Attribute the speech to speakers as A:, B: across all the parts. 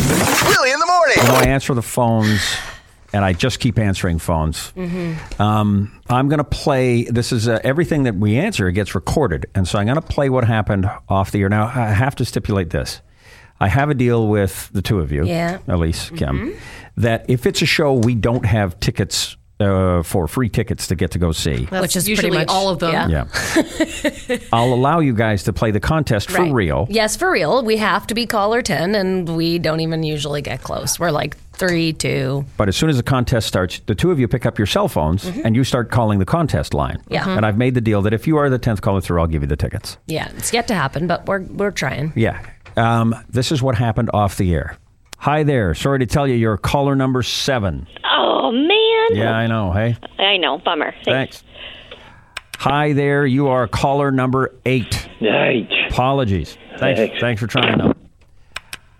A: early in the morning.
B: You know, I answer the phones, and I just keep answering phones.
C: Mm-hmm.
B: Um, I'm going to play. This is uh, everything that we answer gets recorded, and so I'm going to play what happened off the air. Now I have to stipulate this. I have a deal with the two of you,
C: Yeah. Mm-hmm.
B: Elise, Kim, that if it's a show we don't have tickets uh, for, free tickets to get to go see,
C: Which is pretty
D: usually
C: much-
D: all of them.
C: yeah.
B: yeah, I'll allow you guys to play the contest for
C: Right.
B: real.
C: Yes, for real. We have to be caller 10, and we don't even usually get close. We're like three, two.
B: But as soon as the contest starts, the two of you pick up your cell phones and you start calling the contest line.
C: Yeah. Mhm.
B: And I've made the deal that if you are the 10th caller through, I'll give you the tickets.
C: Yeah, it's yet to happen, but we're, we're trying.
B: Yeah. Um, this is what happened off the air. Hi there. Sorry to tell you, you're caller number seven.
E: Oh man.
B: Yeah, I know. Hey,
E: I know. Bummer.
B: thanks. Hi there. You are caller number eight.
F: Right.
B: Apologies. Thanks.
F: Thanks.
B: Thanks for trying though.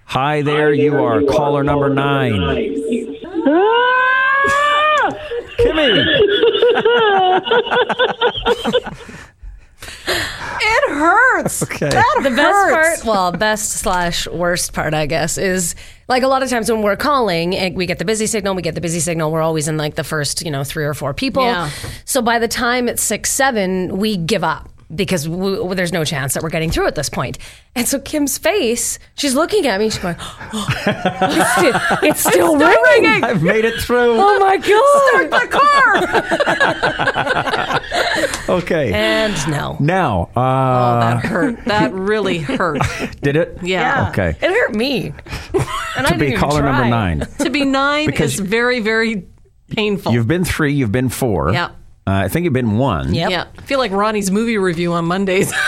B: Hi there. You are caller number nine. Kimmy.
D: It hurts. Okay.
C: The best part, well, best slash worst part, I guess, is like a lot of times when we're calling, eh, we get the busy signal, we get the busy signal. We're always in like the first, you know, three or four people.
D: Yeah.
C: So by the time it's six, seven, we give up because we, well, there's no chance that we're getting through at this point. And so Kim's face, she's looking at me, she's going, "Oh, it's still, it's still ringing.
B: I've made it through.
C: Oh my God. Start the car.
B: Okay.
C: And no,
B: Now, uh,
D: that hurt. That really hurt.
B: did it?
D: Yeah.
B: Okay.
C: it hurt me. And
B: To
C: I didn't
B: be
C: even
B: caller number
C: try.
B: nine.
D: To be nine
B: Because
D: is very, very painful.
B: You've been three. You've been four.
D: Yeah.
B: Uh, I think you've been one.
C: Yep.
D: yeah. I feel like Ronnie's movie review on Mondays.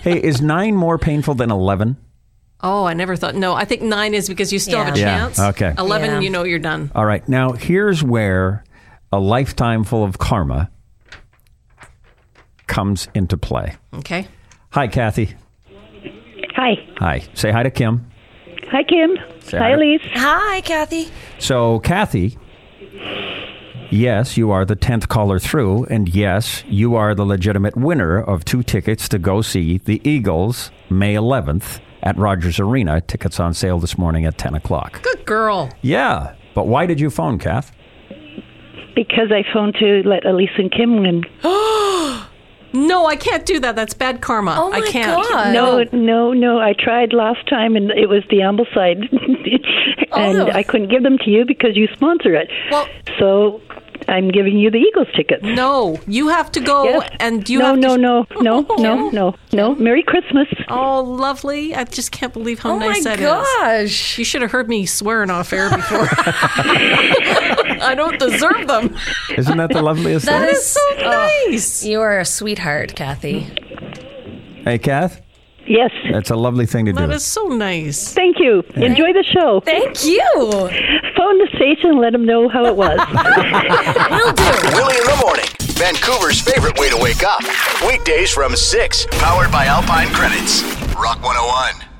B: Hey, is nine more painful than eleven?
D: oh, I never thought. No, I think nine is because you still have a
B: Yeah. Yeah,
D: chance.
B: okay.
D: 11,
C: Yeah.
D: you know you're done.
B: All right. Now here's where a lifetime full of karma comes into play.
D: Okay.
B: Hi, Kathy.
E: Hi.
B: Hi. Say hi to Kim.
E: Hi Kim.
B: Say
E: hi
B: hi.
E: Elise.
C: Hi, Kathy.
B: So, Kathy. Yes, you are the 10th caller through, and yes, you are the legitimate winner of two tickets to go see the Eagles May 11th at Rogers Arena. Tickets on sale this morning at 10 o'clock.
D: Good girl.
B: Yeah, but why did you phone, Kath?
E: Because I phoned to let Elise and Kim win.
D: No, I can't do that. That's bad karma.
C: Oh my
D: I can't.
C: God.
E: No, Oh, no, no. I tried last time and it was the Ambleside. and
C: Oh.
E: I couldn't give them to you because you sponsor it.
D: Well-
E: so I'm giving you the Eagles tickets.
D: No, you have to go
E: Yes.
D: Oh, and you
E: no,
D: have
E: no,
D: to.
E: no, no, no, no, no. Merry Christmas.
D: Oh, lovely. I just can't believe how
C: Oh my
D: nice that is.
C: gosh.
D: You should have heard me swearing off air before. I don't deserve them.
B: Isn't that the loveliest
C: That
B: thing?
C: is so
D: Oh. nice.
C: You are a sweetheart, Kathy.
B: Hey, Kath,
E: Yes.
B: that's a lovely thing to do.
D: That is so nice.
E: Thank you. Enjoy the show.
C: Thank you. Will do.
E: Phone the station and let them know how it was.
A: Willie in the morning. Vancouver's favorite way to wake up. Weekdays from 6, powered by Alpine Credits. Rock 101.